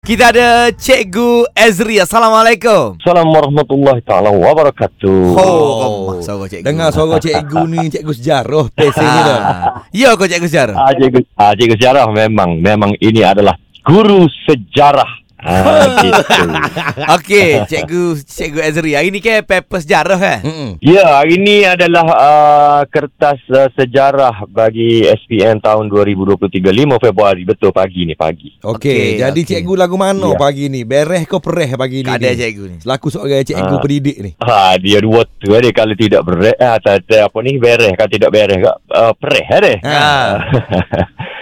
Kita ada Cikgu Ezri. Assalamualaikum. Assalamualaikum warahmatullahi taala wabarakatuh. Oh, oh. suara cikgu. Dengar suara cikgu ni Cikgu sejarah Pesingnya dah Ah. Ya kau cikgu sejarah. Ah, cikgu, ah, cikgu sejarah memang memang ini adalah guru sejarah. Ah, gitu. Okey, cikgu cikgu Ezri. Hari ni ke paper sejarah kan? Mm-mm. Ya, hari ini adalah uh, kertas uh, sejarah bagi SPM tahun 2023 5 Februari. Betul pagi ni pagi. Okey, Okey, jadi okey. cikgu lagu mana Ya. pagi ni? Bereh ke pereh pagi ni? Tak ada ni? cikgu ni. Selaku seorang cikgu Ah. pendidik ni. Ha, dia dua tu eh, dia kalau tidak beres ah, tak, tak, apa ni beres kalau tidak beres kak uh, perih eh, dia. Ha.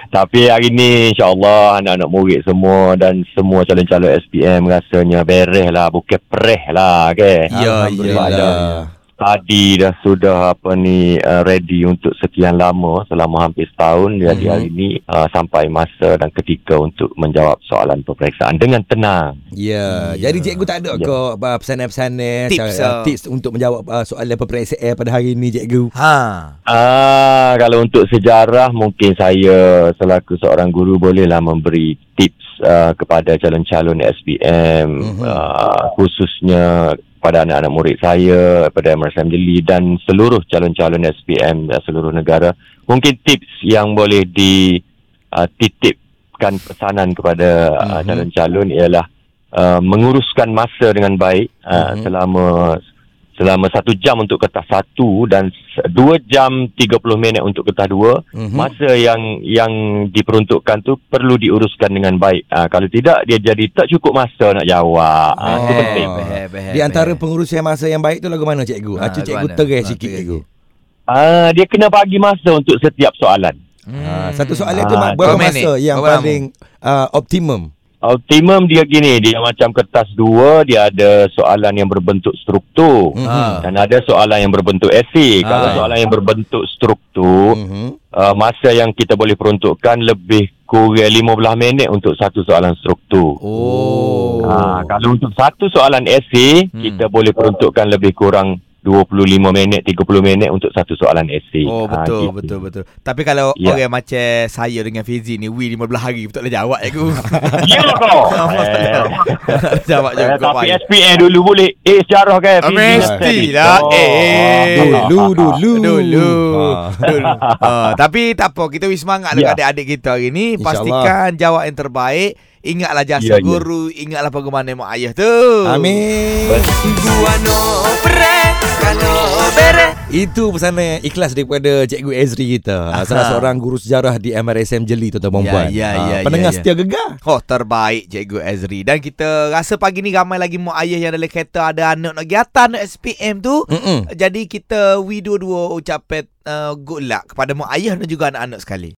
Tapi hari ni insyaAllah anak-anak murid semua dan semua calon-calon SPM rasanya beres lah. Bukan perih lah ke. Ya, Alhamdulillah. ya, Tadi dah sudah apa ni uh, ready untuk sekian lama selama hampir setahun. Jadi Mhm. hari ni uh, sampai masa dan ketika untuk menjawab soalan peperiksaan dengan tenang. Ya, Ya. jadi cikgu tak ada Ya. ke ah, pesanan-pesanan Tips, cara- uh, ah. tips untuk menjawab ah, soalan peperiksaan pada hari ni cikgu? Ha. Ah, kalau untuk sejarah mungkin saya selaku seorang guru bolehlah memberi tips uh, kepada calon-calon SPM Mhm. mm-hmm. uh, khususnya kepada anak-anak murid saya, kepada MRSM Jeli dan seluruh calon-calon SPM uh, seluruh negara. Mungkin tips yang boleh di uh, titipkan pesanan kepada uh, Mhm. calon-calon ialah uh, menguruskan masa dengan baik uh, Mhm. selama selama satu jam untuk kertas satu dan s- dua jam 30 minit untuk kertas dua. Mhm. Masa yang yang diperuntukkan tu perlu diuruskan dengan baik. Uh, kalau tidak dia jadi tak cukup masa nak jawab. Uh, itu Oh. penting. Di antara pengurusan masa yang baik tu lagu mana cikgu? Ah, eh, Ah, Cik lagu cikgu mana? terang Ah, sikit terang cikgu. Uh, dia kena bagi masa untuk setiap soalan. Hmm. Ah, satu soalan tu Ah, ma- berapa berapa minit? masa yang Berapa lama? paling ah, optimum? Optimum dia gini, dia macam kertas dua, dia ada soalan yang berbentuk struktur. Mhm. Ah. Dan ada soalan yang berbentuk Ah. esei. Kalau soalan yang berbentuk struktur, Mhm. uh, masa yang kita boleh peruntukkan lebih kurang 15 minit untuk satu soalan struktur. Oh. Ha, kalau untuk satu soalan esei, Hmm. kita boleh peruntukkan lebih kurang 25 minit, 30 minit untuk satu soalan esei. Oh Ha, betul gitu. betul betul. Tapi kalau Ya. orang macam saya dengan Fizi ni we 15 hari pun tak boleh jawab aku. Ya kau. Tak jawab Eh, juga kau tapi baik. SPA dulu boleh Eh sejarah kan Ah, mestilah. Oh. Eh. Dulu dulu Dulu Ah. Dulu Ah, Tapi tak apa Kita wish semangat Ya. Dengan adik-adik kita hari ni InsyaAllah. Pastikan jawab yang terbaik Ingatlah jasa Ya, ya. guru Ingatlah penggemaran mak ayah tu Amin. Guano pre Kalau bere Itu pesanan ikhlas daripada Cikgu Ezri kita. Aha. Aha. Salah seorang guru sejarah di MRSM Jeli tuan-tuan Ya, perempuan. ya, Ah, ya, pendengar ya, ya. setia gegar. Oh terbaik Cikgu Azri Dan kita rasa pagi ni ramai lagi mak ayah yang dalam kereta Ada anak nak pergi atas anak SPM tu Mm-mm. Jadi kita we dua-dua ucapkan uh, good luck kepada mak ayah dan juga anak-anak sekali